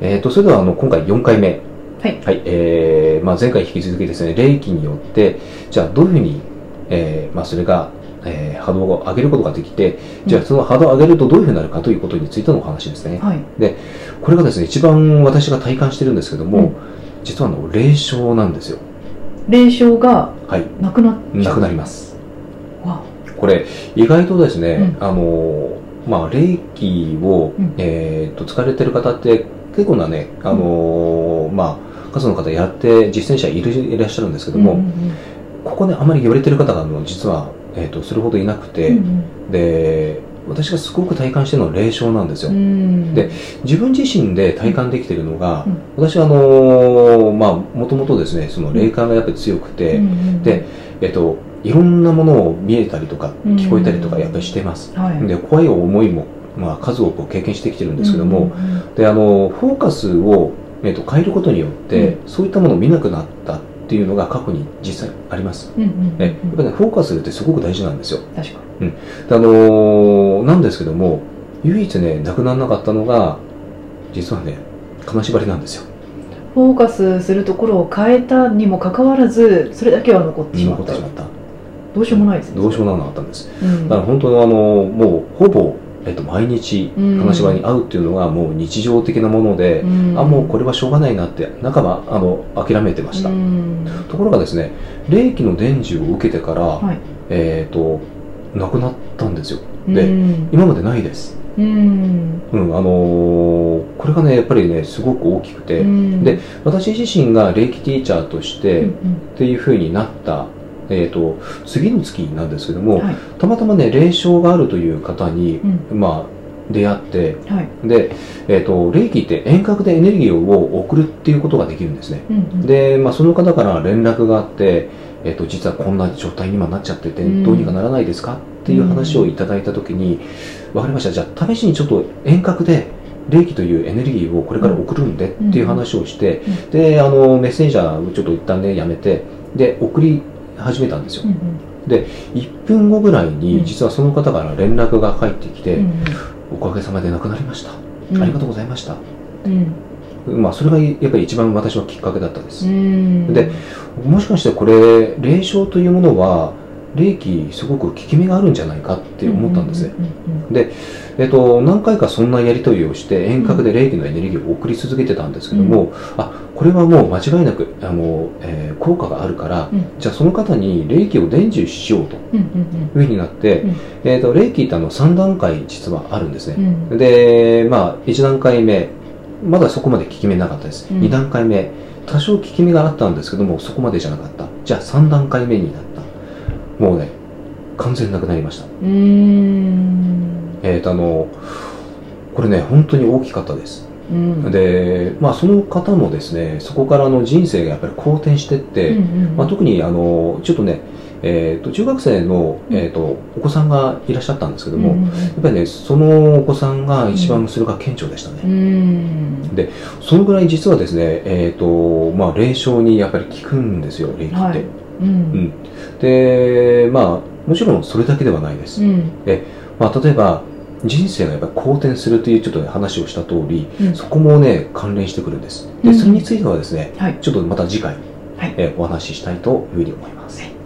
えー、とそれではあの今回4回目、はいえーまあ、前回引き続きですね冷気によってじゃあどういうふうに、えーまあ、それが、えー波動を上げることができてじゃあその波動を上げるとどういうふうになるかということについてのお話ですねはい。これがですね一番私が体感してるんですけども、うん実はあの霊障なんですよ霊障がはいなくなっちゃなう。くなりますわこれ意外とですね、うあのまあ霊気を、うんえー、と疲れてる方って結構なねあの、まあ数の方やって実践者いるいらっしゃるんですけども、うんうんここねあまり言われてる方があの実は、えー、とそれほどいなくて、うんうんで私がすごく体感してるのは霊障なんですよ、うんで自分自身で体感できてるのが、うん私はあのまあもともとですねその霊感がやっぱり強くて、うんうんでえっと、いろんなものを見えたりとかうん聞こえたりとかやっぱりしてます、はい。で怖い思いも、まあ、数多く経験してきてるんですけども、うんうんうん、であのフォーカスを、えっと、変えることによって、そういったものを見なくなったっていうのが過去に実際あります、うんうんうんね、やっぱりねフォーカスってすごく大事なんですよ確かであのなんですけども唯一ねなくならなかったのが実はね金縛りなんですよフォーカスするところを変えたにもかかわらずそれだけは残ってしま残っってたしまったどうしようもないですねどうしようもなかったんですうもだから本当にあのもうほぼ、えっと、毎日うん金縛りに会うっていうのがもう日常的なもので、あもうこれれはしょうがないなって半ばあの諦めてました、うんところがですね霊気の伝授を受けてから、はいえっ、となくなったんですよでうん今までないですうんうんあのーこれがねやっぱりねすごく大きくて、うんで私自身が霊気ティーチャーとして、うんっ、ていう風になったえっと次の月なんですけども、はいたまたまね霊障があるという方にうんまあ、出会ってうんはいで、えー、と霊気って遠隔でエネルギーを送るっていうことができるんですねうんうんで、まあ、その方から連絡があって、えー、と実はこんな状態に今なっちゃっててうんどうにかならないですかっていう話をいただいた時に分かりましたじゃあ試しにちょっと遠隔で霊気というエネルギーをこれから送るんでっていう話をしてうんうであのメッセンジャーをちょっと一旦ねやめてで送り始めたんですようん1分後ぐらいうんに実はその方から連絡が返ってきて、うんおかげさまで亡くなりました、うんありがとうございました、うんまあ、それがやっぱり一番私はきっかけだったんでうす、んでもしかしてこれ霊障というものは霊気すごく効き目があるんじゃないかって思ったんですね、うううんえっと、何回かそんなやり取りをして遠隔で霊気のエネルギーを送り続けてたんですけども、あこれはもう間違いなくあの、えー効果があるから、うんじゃあその方に霊気を伝授しようといううんうんふうになって、うんえっと霊気ってあの3段階実はあるんですね、うんうんで、まあ、1段階目、まだそこまで効き目なかったです。うん2段階目、多少効き目があったんですけども、そこまでじゃなかった。じゃあ3段階目になった。もうね、完全なくなりました。うんえっ、と、あの、これね、本当に大きかったです。うんで、まあ、その方もですね、そこからあの人生がやっぱり好転してって、うんうんまあ、特にあの、ちょっとね、えー、と中学生の、えー、とお子さんがいらっしゃったんですけども、うやんっぱりね、そのお子さんが一番それが顕著でしたね。うんそのぐらい実はですね、えーとまあ、霊障にやっぱり効くんですよ、霊気って。はいうんで、まあ、もちろんそれだけではないでうす。んまあ、例えば、人生がやっぱり好転するというちょっと、ね、話をした通り、うんそこもね、関連してくるんです。で、うんそれについてはですね、はいちょっとまた次回、はいえーお話ししたいというふうに思います。はい